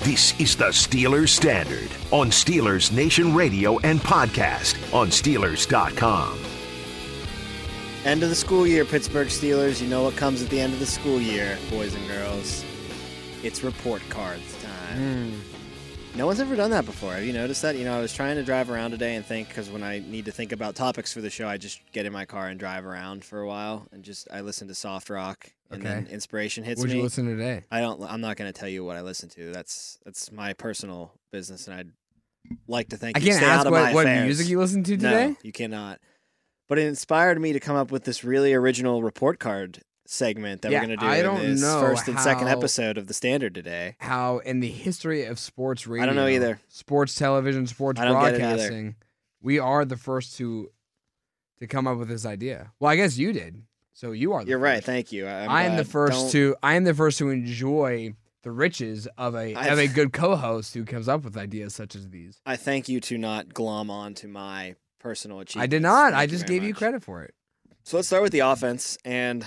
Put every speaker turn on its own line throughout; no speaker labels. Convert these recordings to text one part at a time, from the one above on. This is the Steelers Standard on Steelers Nation Radio and podcast on Steelers.com.
End of the school year, Pittsburgh Steelers. You know what comes at the end of the school year, boys and girls. It's report cards time.
Hmm.
No one's ever done that before. Have you noticed that? You know, I was trying to drive around today and think because when I need to think about topics for the show, I just get in my car and drive around for a while and just I listen to soft rock and then
Okay.
inspiration hits
What'd
me.
you listen to today?
I don't. I'm not going to tell you what I listen to. That's that's my personal business, and I'd like to thank.
I
you.
can't
Stay out
ask
of my
what, what
affairs.
music you listen to
No,
today.
you cannot. But it inspired me to come up with this really original report card segment that
Yeah,
we're going to do
I don't
in this
know
first and second
how-
episode of the Standard today.
How in the history of sports radio,
I don't know either.
Sports television, sports
I don't get it either.
broadcasting, we are the first to to come up with this idea. Well, I guess you did. So you are. The
You're right.
first.
Thank you. I- I'm,
I am the
glad.
1st
Don't-
to. I am the first to enjoy the riches of a
I-
of a good co-host who comes up with ideas such as these.
I thank you to not glom on to my personal achievement.
I did not. I just gave you credit for it.
So let's start with the offense and.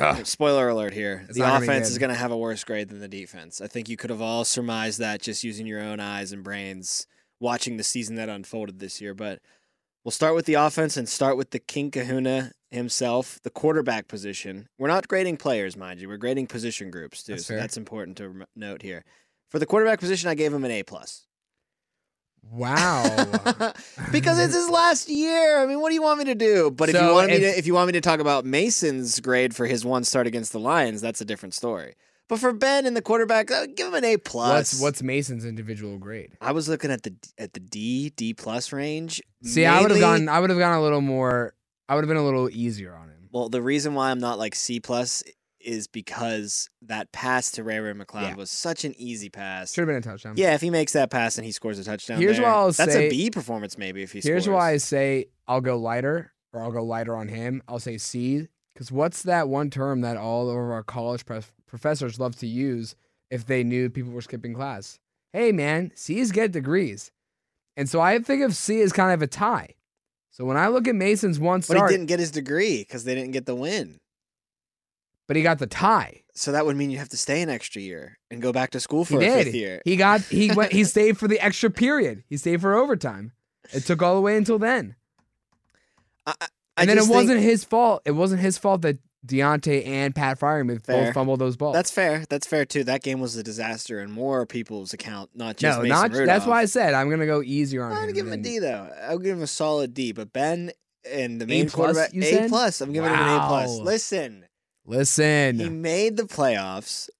Spoiler alert here.
Ah. It's
the
not gonna be
offense
good.
is going to have a worse grade than the defense. I think you could have all surmised that just using your own eyes and brains watching the season that unfolded this year. But we'll start with the offense and start with the King Kahuna himself, the quarterback position. We're not grading players, mind you. We're grading position groups too.
That's
so
fair.
that's important to rem- note here. For the quarterback position, I gave him an A plus.
Wow.
because it's his last year. I mean, what do you want me to do? But if you
So
want me
if-
to, if you want me to talk about Mason's grade for his one start against the Lions, that's a different story. But for Ben and the quarterback, I would give him an A plus.
what's what's Mason's individual grade?
I was looking at the at the D D plus range.
See, I would have
mainly-
gone. I would have gone a little more. I would have been a little easier on him.
Well, the reason why I'm not like C plus is because that pass to Ray Ray McLeod
Yeah.
was such an easy pass.
Should have been a touchdown.
Yeah, if he makes that pass and he scores a touchdown,
Here's
there,
what I'll
that's a
say-
B performance maybe. If he
Here's
scores.
why I say I'll go lighter, or I'll go lighter on him. I'll say C, because what's that one term that all of our college prof- professors love to use if they knew people were skipping class? Hey, man, C's get degrees, and so I think of C as kind of a tie. So when I look at Mason's one
But he
start,
didn't get his degree because they didn't get the win.
but he got the tie.
So that would mean you have to stay an extra year and go back to school for
he
a
did.
fifth year.
He got he went he stayed for the extra period. He stayed for overtime. It took all the way until then.
I, I- I
And then it
just think-
wasn't his fault. It wasn't his fault that Deontay and Pat Fryermuth
Fair.
both fumbled those balls.
That's fair. That's fair too. That game was a disaster in more people's account, not just
no,
Mason
not
Rudolph.
that's why I said I'm gonna go easier on
I'm gonna
him
give him a
than-
D though. I'll give him a solid D. But Ben and the main
plus,
quarterback,
you
A
said?
plus. I'm giving him an A plus.
Wow.
Listen, he
Listen,
made the playoffs.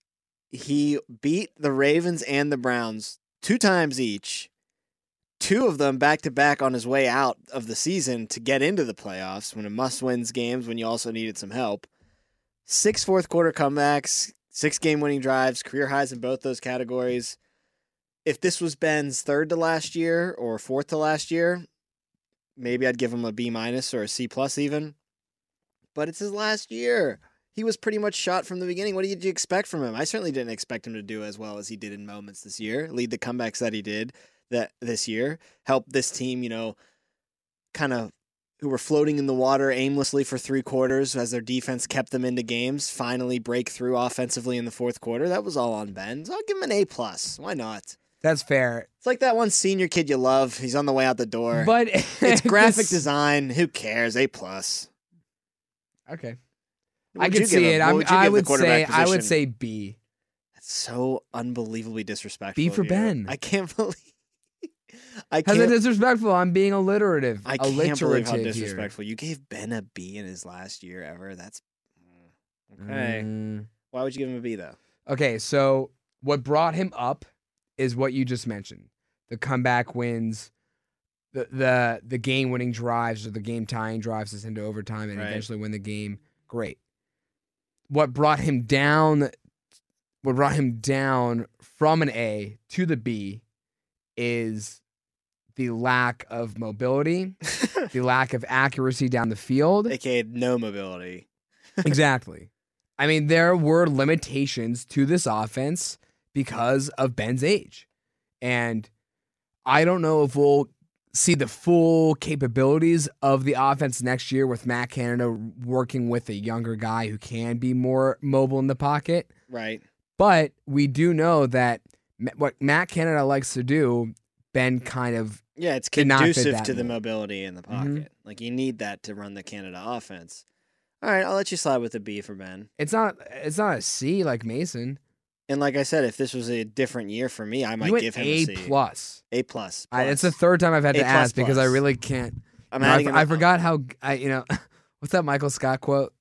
He beat the Ravens and the Browns two times each. Two of them back to back on his way out of the season to get into the playoffs when it must wins games when you also needed some help. Six fourth quarter comebacks, six game winning drives, career highs in both those categories. If this was Ben's third to last year or fourth to last year, maybe I'd give him a B minus or a C plus even. But it's his last year. He was pretty much shot from the beginning. What did you expect from him? I certainly didn't expect him to do as well as he did in moments this year, lead the comebacks that he did that this year, help this team, you know, kind of who were floating in the water aimlessly for three quarters as their defense kept them into games, finally break through offensively in the fourth quarter. That was all on Ben. So I'll give him an A plus. Why not?
that's fair.
It's like that one senior kid you love. He's on the way out the door.
But
it's graphic
this-
design. Who cares? A plus.
Okay,
What
I
would
can
you give
see
him?
it.
What
I'm-
you
I
give the
would say
quarterback
I would
position?
say B.
That's so unbelievably disrespectful.
B for
of you.
Ben.
I can't believe. I
How's
can't.
it disrespectful? I'm being alliterative.
I can't believe how
Alliterative here.
disrespectful you gave Ben a B in his last year ever. That's okay.
Mm.
Why would you give him a B though?
Okay, so what brought him up is what you just mentioned. The comeback wins, the the the game winning drives or the game tying drives us into overtime and
Right.
eventually win the game. Great. What brought him down what brought him down from an A to the B is the lack of mobility, the lack of accuracy down the field.
AKA no mobility.
Exactly. I mean, there were limitations to this offense because of Ben's age. And I don't know if we'll see the full capabilities of the offense next year with Matt Canada working with a younger guy who can be more mobile in the pocket.
Right.
But we do know that Ma- what Matt Canada likes to do, Ben kind of
Yeah, it's
did not fit
conducive
that
to the
mold.
mobility in the pocket.
Mhm.
Like you need that to run the Canada offense. All right, I'll let you slide with a B for Ben.
it's not it's not a C like Mason.
And like I said, if this was a different year for me, I
you
might
went
give him
A
C.
plus.
A plus.
I, it's the
plus.
third time I've had
A
to
plus
ask because I
plus.
really can't.
I'm
No, I,
adding
f-
him
I
up.
forgot how g- I you know what's that Michael Scott quote?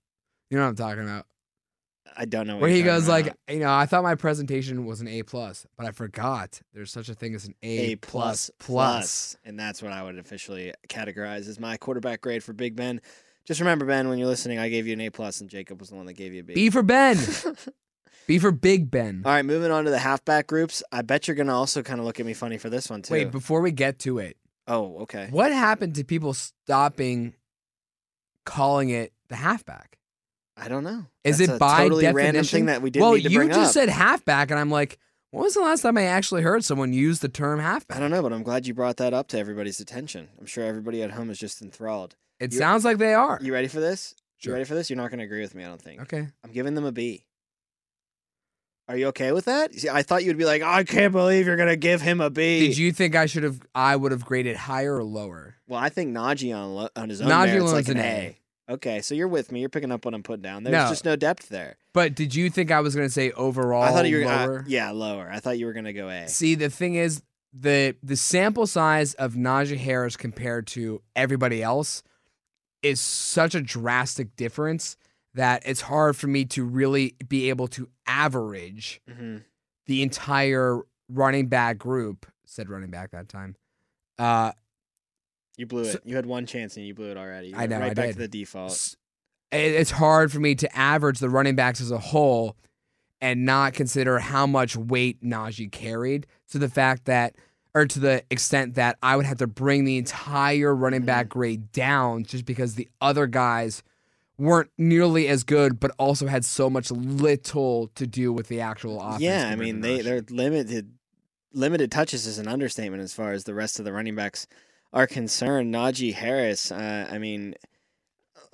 You know what I'm talking about.
I don't know what
Where
you're
he
talking
goes like,
about.
you know, I thought my presentation was an A plus, but I forgot there's such a thing as an A,
A plus plus, and that's what I would officially categorize as my quarterback grade for Big Ben. Just remember, Ben, when you're listening, I gave you an A plus, and Jacob was the one that gave you a B.
B for Ben. B for Big Ben.
All right, moving on to the halfback groups. I bet you're gonna also kind of look at me funny for this one too.
Wait, before we get to it,
oh, okay.
what happened to people stopping calling it the halfback?
I don't know.
Is
That's
it
a
by
totally random
definition?
thing that we didn't
well,
need to
you
bring
just
up?
said halfback, and I'm like, when was the last time I actually heard someone use the term halfback?
I don't know, but I'm glad you brought that up to everybody's attention. I'm sure everybody at home is just enthralled.
It
You-
sounds like they are.
You ready for this?
Sure.
You ready for this? You're not going to agree with me, I don't think.
Okay.
I'm giving them a B. Are you okay with that? See, I thought you'd be like, I can't believe you're going to give him a B.
Did you think I should have? I would have graded higher or lower.
Well, I think Najee on, lo- on his own
Najee
merits like
Alone's
an,
an
A. Okay, so you're with me. You're picking up what I'm putting down. There's
No.
just no depth there.
But did you think I was going to say overall?
I thought you were gonna-
Oh,
uh,
lower.
yeah, lower. I thought you were going to go A.
See, the thing is, the the sample size of Najee Harris compared to everybody else is such a drastic difference that it's hard for me to really be able to average
Mhm.
the entire running back group. Said running back that time. Uh,
You blew it.
So-
you had one chance and you blew it already. You
I
went
know,
Right
I
back
did.
to the default.
s- it- it's hard for me to average the running backs as a whole and not consider how much weight Najee carried to the fact that or to the extent that I would have to bring the entire running back
Mm-hmm.
grade down just because the other guys weren't nearly as good but also had so much little to do with the actual offense.
Yeah, I
compared to
mean they
Najee.
they're limited. Limited touches is an understatement as far as the rest of the running backs are concerned. Najee Harris, uh, I mean,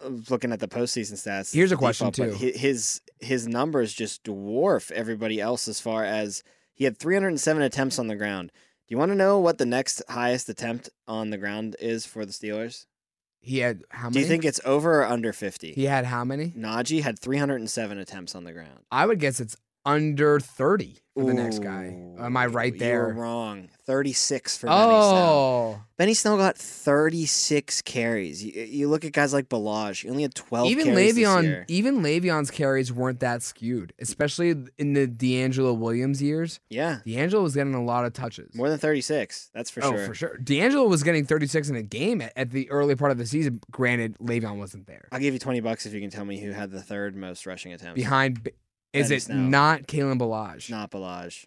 uh, looking at the postseason stats,
Here's a
default,
question,
but
too.
hi- His his numbers just dwarf everybody else as far as he had 307 attempts on the ground. Do you want to know what the next highest attempt on the ground is for the Steelers?
he had how many?
Do you think it's over or under 50?
he had how many?
Najee had 307 attempts on the ground.
I would guess it's under 30 for the next guy. Am I
Ooh,
right
You were
there?
wrong. 36 for Benny Snell.
Oh.
Benny Snell got 36 carries. You, you look at guys like Balaj, he only had 12
even E
carries this
Le'Veon,
year.
even Le'Veon's carries weren't that skewed, especially in the D'Angelo Williams years.
Yeah,
D'Angelo was getting a lot of touches.
more than 36. That's for
oh,
sure.
for sure. D'Angelo was getting 36 in a game at, at the early part of the season. Granted, Le'Veon wasn't there.
I'll give you 20 bucks if you can tell me who had the third most rushing attempts.
Behind, B- is
Benny
it
Snell.
not Kalen Balaj?
Not Balaj,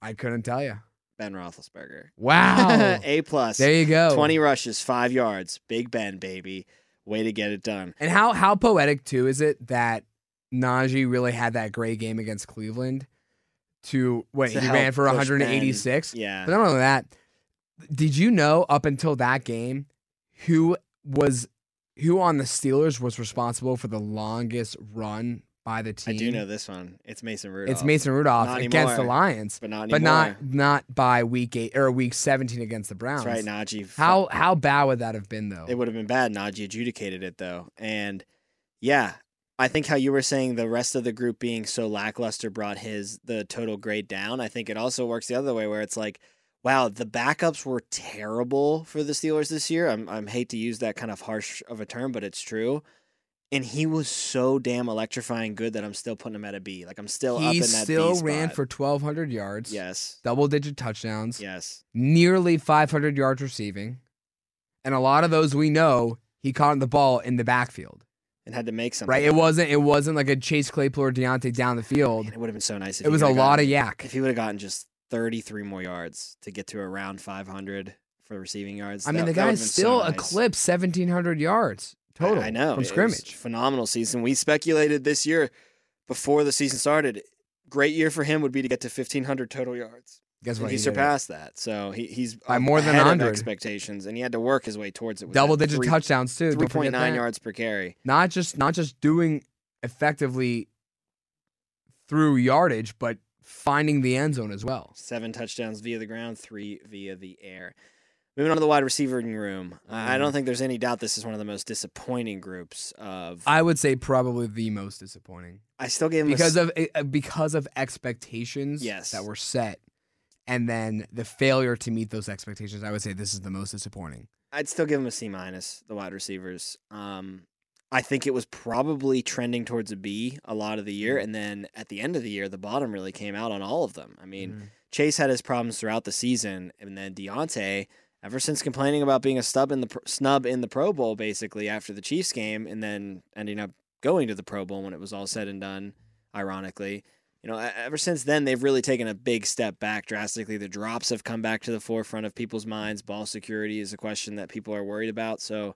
I couldn't tell you.
Ben Roethlisberger.
Wow.
A plus.
there you go.
20 rushes, five yards. Big Ben, baby. Way to get it done.
And how how poetic too is it that Najee really had that great game against Cleveland to what
To
he
help
ran for
push Ben.
186.
Yeah.
But not only that, did you know up until that game who was who on the Steelers was responsible for the longest run by the team?
I do know this one. It's Mason Rudolph.
It's Mason Rudolph
Not
against the
anymore.
Lions,
But not anymore.
but not not by week eight or week seventeen against the Browns.
That's right, Najee. fu-
How how bad would that have been though?
It would have been bad. Najee adjudicated it though, and yeah, I think how you were saying the rest of the group being so lackluster brought his the total grade down. I think it also works the other way where it's like, wow, the backups were terrible for the Steelers this year. I'm I'm hate to use that kind of harsh of a term, but it's true. And he was so damn electrifying good that I'm still putting him at a B. Like I'm still up in
he
that
still
B
ran
spot.
for twelve hundred yards.
yes,
double digit touchdowns,
yes,
nearly 500 yards receiving. And a lot of those we know he caught the ball in the backfield,
and had to make something.
right? It wasn't it wasn't like a Chase Claypool or Deontay down the field.
Man, it would have been so nice. If
It
he
was a
would've
lot
gotten-
of yak.
If he would have gotten just 33 more yards to get to around 500 for receiving yards,
I mean,
that-
the
that
guy
would've been so
still
nice.
eclipsed 1,700 yards
I-
total.
I, know.
from
it was
scrimmage.
phenomenal season. We speculated this year before the season started. Great year for him would be to get to 1,500 total yards.
Guess
And
what?
he,
did it.
surpassed that. So he, he's
By
um,
more than
ahead of
100.
expectations, and he had to work his way towards it. with that
double digit
three-
touchdowns too. Don't
3.9
forget that.
yards per carry.
Not just not just doing effectively through yardage, but finding the end zone as well.
Seven touchdowns via the ground, three via the air. Moving on to the wide receiving room, I I
Mm-hmm.
don't think there's any doubt this is one of the most disappointing groups of. I,
I would say probably the most disappointing
still gave him
because of eh, because of expectations
Yes.
that were set, and then the failure to meet those expectations. I would say this is the most disappointing.
I'd still give him a C minus. The wide receivers. Um, I think it was probably trending towards a B a lot of the year,
Mm-hmm.
and then at the end of the year, the bottom really came out on all of them. I mean, Chase had his problems throughout the season, and then Deontay, ever since complaining about being a stub in the pr- snub in the Pro Bowl, basically after the Chiefs game, and then ending up going to the Pro Bowl when it was all said and done, ironically. You know, e- ever since then, they've really taken a big step back drastically. The drops have come back to the forefront of people's minds. Ball security is a question that people are worried about. So,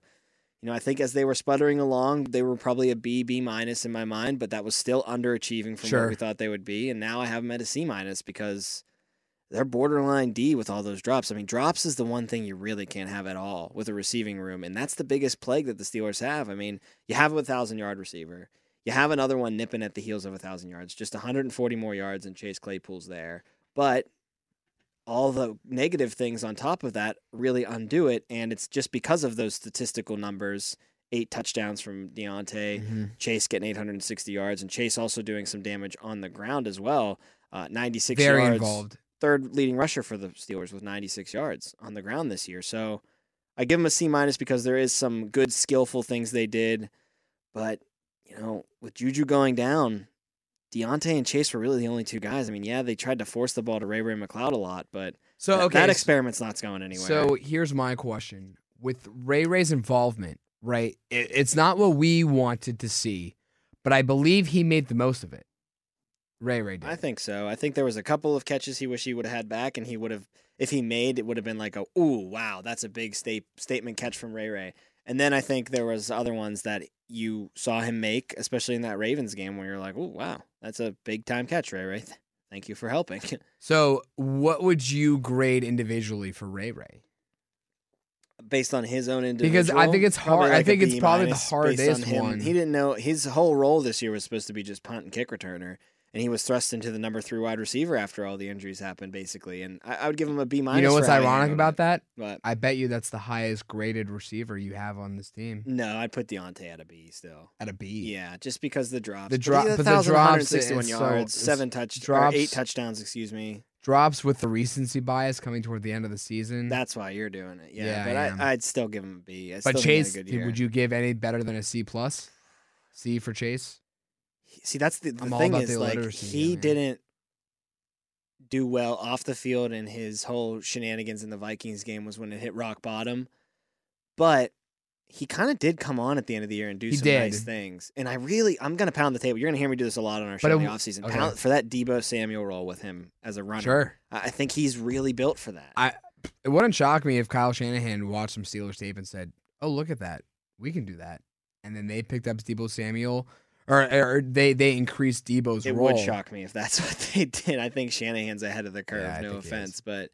you know, I think as they were sputtering along, they were probably a B, B minus in my mind, but that was still underachieving from where
Sure.
we thought they would be. And now I have them at a C minus because they're borderline D with all those drops. I mean, drops is the one thing you really can't have at all with a receiving room, and that's the biggest plague that the Steelers have. I mean, you have a thousand yard receiver, you have another one nipping at the heels of a thousand yards, just 140 more yards, and Chase Claypool's there. But all the negative things on top of that really undo it, and it's just because of those statistical numbers. Eight touchdowns from Deontay,
Mm-hmm.
Chase getting 860 yards, and Chase also doing some damage on the ground as well. Uh, 96
Very
yards
involved.
third leading rusher for the Steelers with 96 yards on the ground this year. So I give them a C minus because there is some good skillful things they did, but you know with Juju going down, Deontay and Chase were really the only two guys. I mean, yeah, they tried to force the ball to Ray Ray McLeod a lot, but
So
that-
okay,
that
so-
experiment's not going anywhere.
So here's my question: With Ray Ray's involvement, right? It, it's not what we wanted to see, but I believe he made the most of it. Ray Ray did.
I think so. I think there was a couple of catches he wish he would have had back, and he would have, if he made, it would have been like a, ooh, wow, that's a big sta- statement catch from Ray Ray. And then I think there was other ones that you saw him make, especially in that Ravens game, where you're like, ooh, wow, that's a big time catch, Ray Ray. Th- Thank you for helping.
So, what would you grade individually for Ray Ray?
based on his own individual.
Because I think it's hard-
probably
I
like a
think it's
B
probably the
minus based
hardest
on him.
one.
He didn't know his whole role this year was supposed to be just punt and kick returner, and he was thrust into the number three wide receiver after all the injuries happened, basically. And I, I would give him a B minus.
you know what's
for having
ironic
him.
about that?
But
I bet you that's the highest graded receiver you have on this team
no, I'd put Deontay at a B still.
at a B.
Yeah, just because the drops.
The
But
drop-
he had
but the
1,161
drops, it's so-
yards,
it's-
seven touch,
drops-
or eight touchdowns. Excuse me.
Drops with the recency bias coming toward the end of the season.
That's why you're doing it. Yeah,
Mm. Yeah,
but
I am.
I, I'd still give him a B. I
but
still think he had a
Chase,
good
did-
year.
would you give any better than a C plus? C for Chase.
see that's the, the
I'm all
thing
about
is
the
like
illiteracy,
he
man.
didn't do well off the field and his whole shenanigans in the Vikings game was when it hit rock bottom. But he kind of did come on at the end of the year and do
He
some
did.
nice things. And I really I'm gonna pound the table. You're gonna hear me do this a lot on our show
But
in the
it-
offseason.
okay.
Pound for that Debo Samuel role with him as a runner.
Sure.
I I think he's really built for that.
I- It wouldn't shock me if Kyle Shanahan watched some Steelers tape and said, "Oh, look at that, we can do that," and then they picked up Debo Samuel, or, or they they increased Debo's
it
role.
would shock me if that's what they did. I think Shanahan's ahead of the curve,
I
no
think he is.
offense. But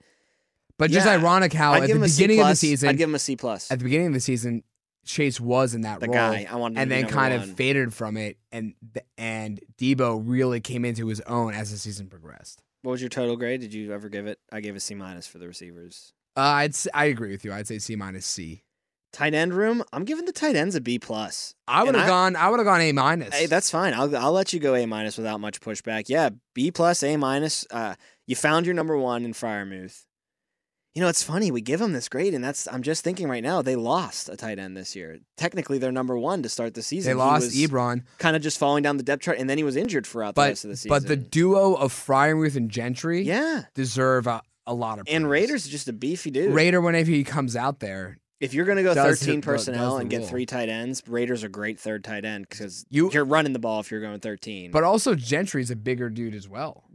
But just
Yeah.
ironic how
I'd
at
give
the
him a C
beginning of the
plus.
season,
I'd give him a C plus.
at the beginning of the season, Chase was in that
The
role,
guy I wanted him to be
and then
number
kind
one.
of faded from it, and th- and Debo really came into his own as the season progressed.
What was your total grade? Did you ever give it? I gave a C minus for the receivers.
Uh, I'd s- I agree with you. I'd say C minus C.
Tight end room. I'm giving the tight ends a B plus.
I would
And I-
have gone. I would have gone A minus.
Hey, that's fine. I'll I'll let you go A minus without much pushback. Yeah, B plus, A minus. Uh, you found your number one in Fryermuth. You know, it's funny we give them this grade, and that's I'm just thinking right now they lost a tight end this year. Technically, they're number one to start the season.
they lost
he was
Ebron,
kind of just falling down the depth chart, and then he was injured throughout the
but
rest of the season.
but the duo of Fryermuth and Gentry
yeah,
deserve a, a lot of
and
praise.
Raiders is just a beefy dude.
Raider whenever he comes out there,
If you're going to go
Does
13
the- does
personnel
the
and get
rule.
three tight ends, Raiders are great third tight end because you,
You-
are running the ball if you're going 13.
but also Gentry's a bigger dude as well.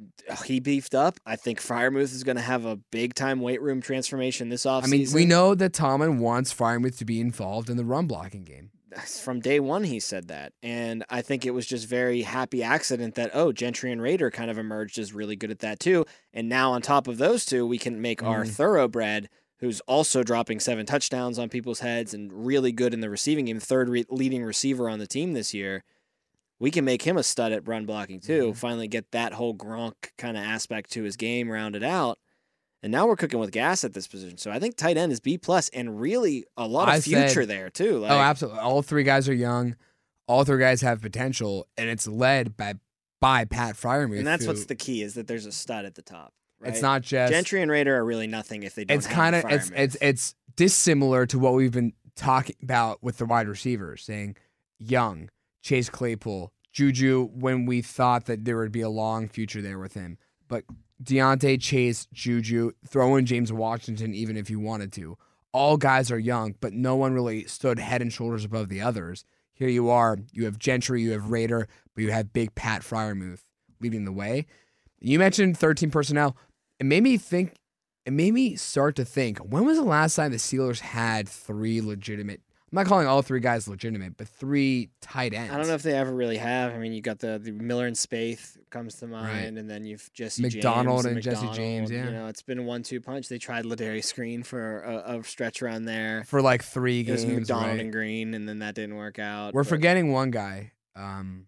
he beefed up. I think Fryermuth is going to have a big time weight room transformation this offseason.
I mean, we know that Tomlin wants Fryermuth to be involved in the run blocking game.
from day one he said that. And I think it was just very happy accident that, oh, Gentry and Raider kind of emerged as really good at that too. And now on top of those two, we can make our
Mhm.
thoroughbred, who's also dropping seven touchdowns on people's heads and really good in the receiving game, third re- leading receiver on the team this year. we can make him a stud at run blocking too.
Mm-hmm.
Finally, get that whole Gronk kind of aspect to his game rounded out. And now we're cooking with gas at this position. So I think tight end is B plus and really a lot of
I said-
future there too. Like,
oh, absolutely. All three guys are young. All three guys have potential, and it's led by by Pat Fryermuth.
and that's
who-
what's the key is that there's a stud at the top. Right?
It's not just
Gentry and Raider are really nothing if they don't.
It's
kind of
it's it's it's dissimilar to what we've been talking about with the wide receivers, saying Young, Chase Claypool, Juju. When we thought that there would be a long future there with him, but Deontay Chase, Juju, throw in James Washington, even if you wanted to. All guys are young, but no one really stood head and shoulders above the others. Here you are. You have Gentry, you have Raider, but you have big Pat Fryermuth leading the way. You mentioned 13 personnel. It made me think it made me start to think when was the last time the Steelers had three legitimate I'm not calling all three guys legitimate, but three tight ends.
I don't know if they ever really have. I mean, you got the, the Miller and Spaeth comes to mind, and then you've Jesse
McDonald
James
and Jesse James, yeah.
you know, it's been a one-two punch. They tried Ladarius Green for a, a stretch around there.
for like three
It was
games.
McDonald
right?
and Green, and then that didn't work out.
We're
but
forgetting one guy. Um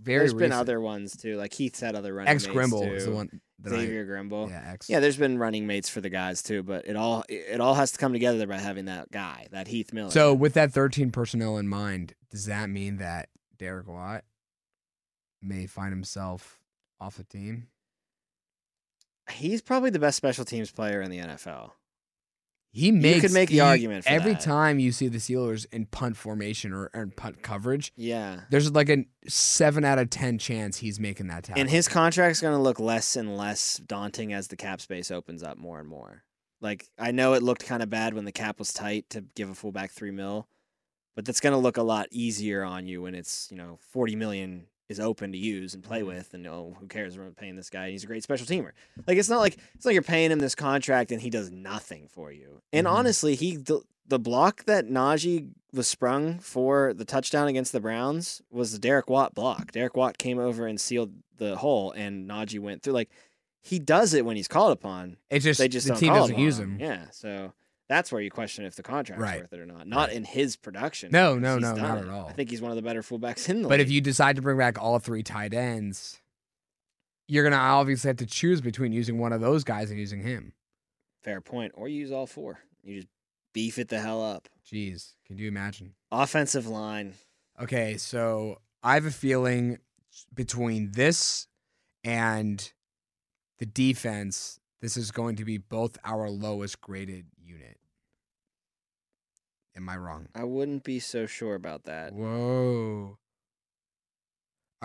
very
There's
recent.
been other ones too. Like Heath had other running
ex
mates,
Grimble is the
too.
one that
Xavier Grimble.
I yeah, X.
Yeah, there's been running mates for the guys too, but it all it all has to come together by having that guy, that Heath Miller.
so with that 13 personnel in mind, does that mean that Derek Watt may find himself off the team?
he's probably the best special teams player in the NFL.
He makes
could make the
he-
argument for
every
that.
time you see the Steelers in punt formation or, or in punt coverage.
Yeah.
There's like a seven out of ten chance he's making that tackle.
And his contract's going to look less and less daunting as the cap space opens up more and more. Like I know it looked kind of bad when the cap was tight to give a fullback 3 mil, but that's going to look a lot easier on you when it's, you know, 40 million is open to use and play with and oh, who cares we're paying this guy and he's a great special teamer. Like it's not like it's not like you're paying him this contract and he does nothing for you. And
Mhm.
honestly, he the, the block that Najee was sprung for the touchdown against the Browns was the Derek Watt block. Derek Watt came over and sealed the hole, and Najee went through. Like he does it when he's called upon.
It's just,
They just
the
don't
team
call
doesn't
upon
use him.
Yeah, so that's where you question if the contract's
Right.
worth it or not. Not in his production.
No,
because
no,
he's
no,
done
not
it.
at all.
I think he's one of the better fullbacks in the
But if
league.
you decide to bring back all three tight ends, you're gonna obviously have to choose between using one of those guys and using him.
fair point, or you use all four, you just beef it the hell up.
Jeez, can you imagine?
Offensive line.
Okay, so I have a feeling between this and the defense, this is going to be both our lowest graded unit. Am I wrong?
I wouldn't be so sure about that.
Whoa.
Uh,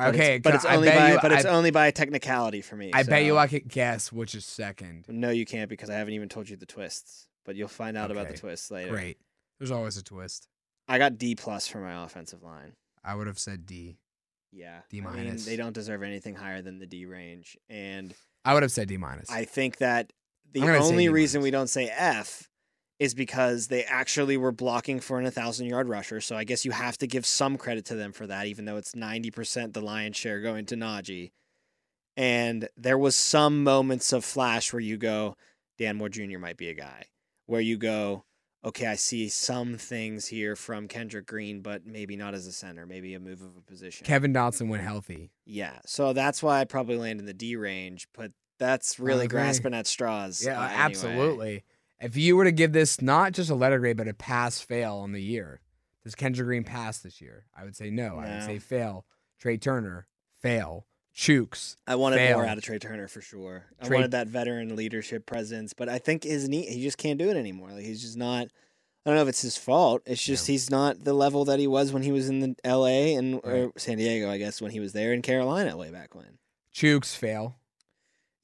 But
Okay,
it's, but
ca-
it's
I
only
bet
by
you,
but it's
I,
only by technicality for me.
I bet you
so-
I could guess which is second.
No, you can't because I haven't even told you the twists. But you'll find out about the
Okay,
twists later.
Great. There's always a twist.
I got D plus for my offensive line.
I would have said D.
Yeah. I
D
mean,
minus.
they don't deserve anything higher than the D range. And
I would have said D minus.
I think that the
I'm gonna say
only
D
reason
minus.
we don't say F is because they actually were blocking for an 1,000 yard rusher. So I guess you have to give some credit to them for that, even though it's 90% the lion's share going to Najee. And there was some moments of flash where you go, Dan Moore Jr. might be a guy, where you go, okay, I see some things here from Kendrick Green, but maybe not as a center, maybe a move of a position.
Kevin Dotson went healthy.
Yeah. So that's why I probably land in the D range, but that's really
agree.
grasping at straws.
Yeah,
uh, anyway.
absolutely. If you were to give this not just a letter grade, but a pass fail on the year, does Kendra Green pass this year? I would say no. I would
No.
say fail. Trey Turner, fail. Chooks.
I wanted more
Fail.
out of Trey Turner for sure. I
Trey-
wanted that veteran leadership presence, but I think his knee, he just can't do it anymore. Like he's just not. I don't know if it's his fault. It's just he's not the level that he was when he was in the L.A. and or San Diego, I guess, when he was there in Carolina way back when.
Chooks, fail.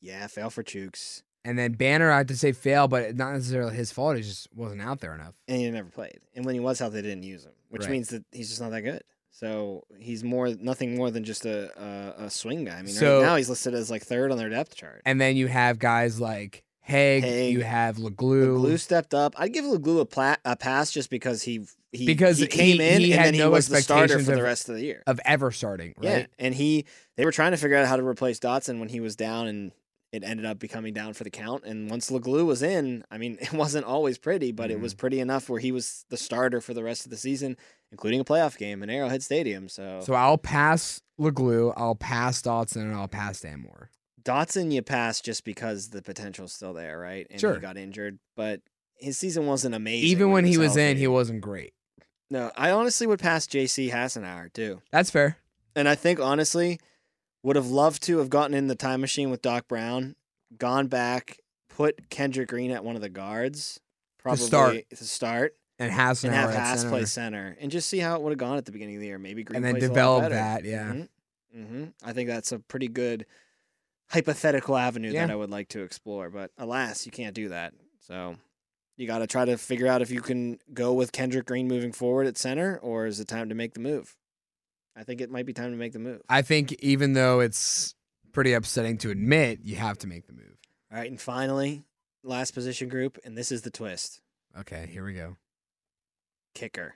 Yeah, fail for Chooks,
And then Banner, I have to say fail, but not necessarily his fault. He just wasn't out there enough.
and he never played. And when he was out, they didn't use him, which
Right.
means that he's just not that good. So he's more nothing more than just a a, a swing guy. I mean,
So-
right now he's listed as like third on their depth chart.
And then you have guys like Haig,
Haig,
you have
Glue
LeGlue.
stepped up. I'd give Laglu a, pla- a pass just because he he
Because
he came
he-
in
he
and
had
then he
no
was the starter
expectations
for the
of-
rest of the year.
of ever starting,
Yeah,
right?
and he they were trying to figure out how to replace Dotson when he was down, and it ended up becoming down for the count. And once LeGlue was in, I mean, it wasn't always pretty, but it was
Mm-hmm.
pretty enough where he was the starter for the rest of the season, including a playoff game in Arrowhead Stadium. So,
So I'll pass LeGlue, I'll pass Dotson, and I'll pass Dan Moore.
Dotson, you pass just because the potential's still there, right? And
Sure.
he got injured, but his season wasn't amazing.
Even when he was in,
healthy.
he wasn't great.
No, I honestly would pass JC Hassenauer too.
That's fair.
And I think honestly would have loved to have gotten in the time machine with Doc Brown, gone back, put Kendrick Green at one of the guards, probably
start.
to start,
And Hassanauer
and have
at
Hass
center.
play center, and just see how it would have gone at the beginning of the year. Maybe Green
and then
plays a lot
develop
better.
that. Yeah.
Mm-hmm. I think that's a pretty good hypothetical avenue that
Yeah.
I would like to explore, but alas, you can't do that. So you got to try to figure out if you can go with Kendrick Green moving forward at center, or is it time to make the move? I think it might be time to make the move.
I think even though it's pretty upsetting to admit, you have to make the move.
All right, and finally, last position group, and this is the twist:
Okay, here we go.
kicker.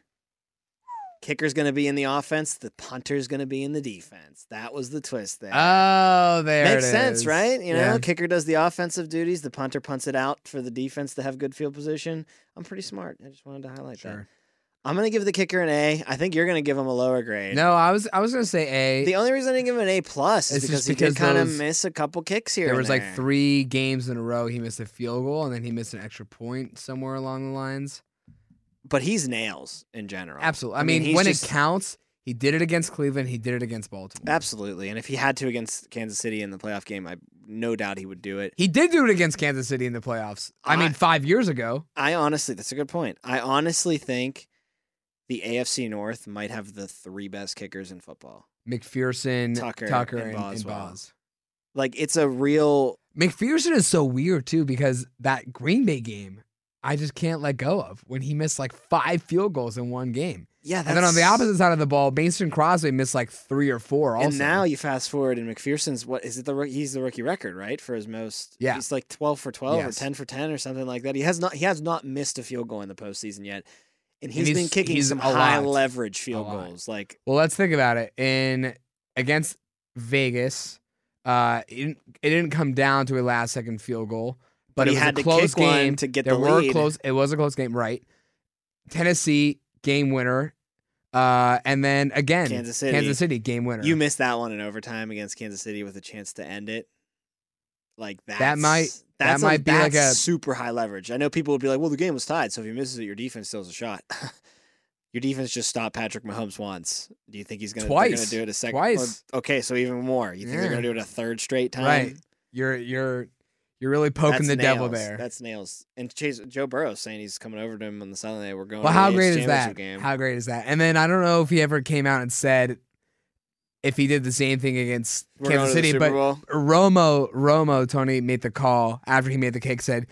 Kicker's going to be in the offense. The punter's going to be in the defense. That was the twist there.
Oh, there
Makes
it
sense,
is.
right? You know,
Yeah.
kicker does the offensive duties, the punter punts it out for the defense to have good field position. I'm pretty smart. I just wanted to highlight that.
Sure.
I'm gonna give the kicker an A. I think you're gonna give him a lower grade.
No, I was I was gonna say a.
The only reason I didn't give him an A plus is
It's
because
just
he did
because
kind of
those-
miss a couple kicks here.
there
and
was like three games in a row he missed a field goal and then he missed an extra point somewhere along the lines.
but he's nails in general.
Absolutely. I,
I mean,
mean,
he's
when
just-
it counts, he did it against Cleveland. He did it against Baltimore.
Absolutely. And if he had to against Kansas City in the playoff game, I no doubt he would do it.
He did do it against Kansas City in the playoffs. I,
I-
mean, five years ago.
I honestly, that's a good point. I honestly think the AFC North might have the three best kickers in football.
McPherson,
Tucker
Tucker,
and
and, and Boz.
Boswell. Like it's a real
McPherson is so weird too because that Green Bay game, I just can't let go of when he missed like five field goals in one game.
yeah. That's,
And then on the opposite side of the ball, Mason Crosby missed like three or four. Also,
and now you fast forward, and McPherson's what is it? The roo- he's the rookie record, right? For his most,
Yeah.
he's like twelve for twelve
Yes.
or ten for ten or something like that. He has not he has not missed a field goal in the postseason yet, and he's been
he's-
kicking
he's
some
a
high
lot.
leverage field
A lot.
goals. Like
well, let's think about it. In against Vegas, uh, it, didn't- it didn't come down to a last second field goal, but
But
it
he
was
had to
a close
kick one
game
to get
there
the
were
lead.
close. It was a close game, right? Tennessee game winner, uh, and then again
Kansas City.
Kansas City game winner.
you missed that one in overtime against Kansas City with a chance to end it. Like that's,
might- that
that's a-
might be like
that's
a-
super high leverage. I know people would be like, "Well, the game was tied, so if he misses it, your defense steals a shot." your defense just stopped Patrick Mahomes once. Do you think he's gonna they're gonna
Twice.
do it a second?
Twice.
okay, so even more. You think they're
Yeah.
gonna do it a third straight time?
right? You're you're you're really
That's
poking the devil
nails.
there.
That's nails. And Chase Joe Burrow's saying he's coming over to him on the Sunday. We're going.
Well,
to
how
the
great is
championship
that?
Game.
How great is that? And then I don't know if he ever came out and said if he did the same thing against
We're going
Kansas
to the
City,
Super
but
Bowl.
Romo, Romo, Tony made the call after he made the kick. Said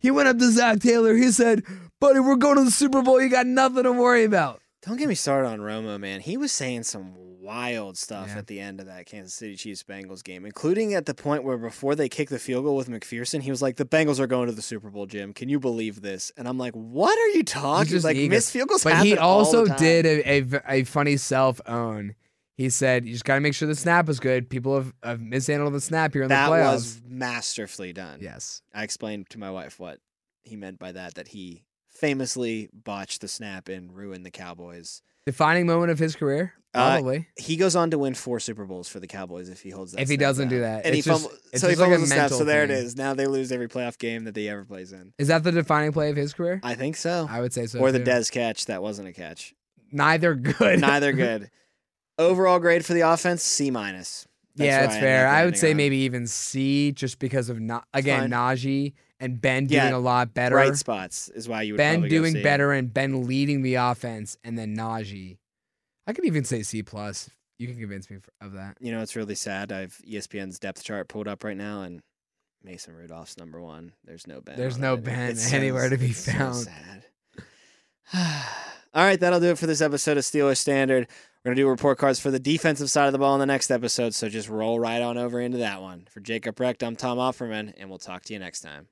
he went up to Zach Taylor. He said, "Buddy, we're going to the Super Bowl. You got nothing to worry about."
Don't get me started on Romo, man. He was saying some wild stuff
Yeah.
at the end of that Kansas City Chiefs Bengals game, including at the point where before they kicked the field goal with McPherson, he was like, "The Bengals are going to the Super Bowl, Jim. Can you believe this?" And I'm like, "What are you talking?
just
like
eager.
missed field goals."
But he
happen all the
also
time.
did a, a v- a funny self own. He said, "You just got to make sure the snap is good. People have, have mishandled the snap here in
That
the playoffs."
was masterfully done.
yes,
I explained to my wife what he meant by that. That he famously botched the snap and ruined the Cowboys.
defining moment of his career,
Uh,
probably.
He goes on to win four Super Bowls for the Cowboys if he holds that.
if he
snap
doesn't do
down.
that,
and
it's
he
just,
fumbles.
it's
so he
just like a
fumbles the snap.
mental
So there it
thing.
is. Now they lose every playoff game that they ever plays in.
Is that the defining play of his career?
I think so.
I would say so.
or the
too.
Dez catch that wasn't a catch.
Neither good.
Neither good. Overall grade for the offense C minus. That's
yeah,
where
that's
I ended
fair.
up
I would
ending
say
on.
maybe even C, just because of not
fine.
again Najee and Ben
Yeah,
doing a lot better.
bright spots is why you would
ben
probably go
doing
C.
better and Ben leading the offense, and then Najee. I could even say C plus. if You can convince me f- of that.
You know, it's really sad. I've E ESPN's depth chart pulled up right now, and Mason Rudolph's number one. There's no Ben.
There's
on
no
it. It-
Ben
it's
anywhere to be
it's so
found.
sad. All right, that'll do it for this episode of Steelers Standard. We're gonna do report cards for the defensive side of the ball in the next episode, so just roll right on over into that one. For Jacob Recht, I'm Tom Offerman, and we'll talk to you next time.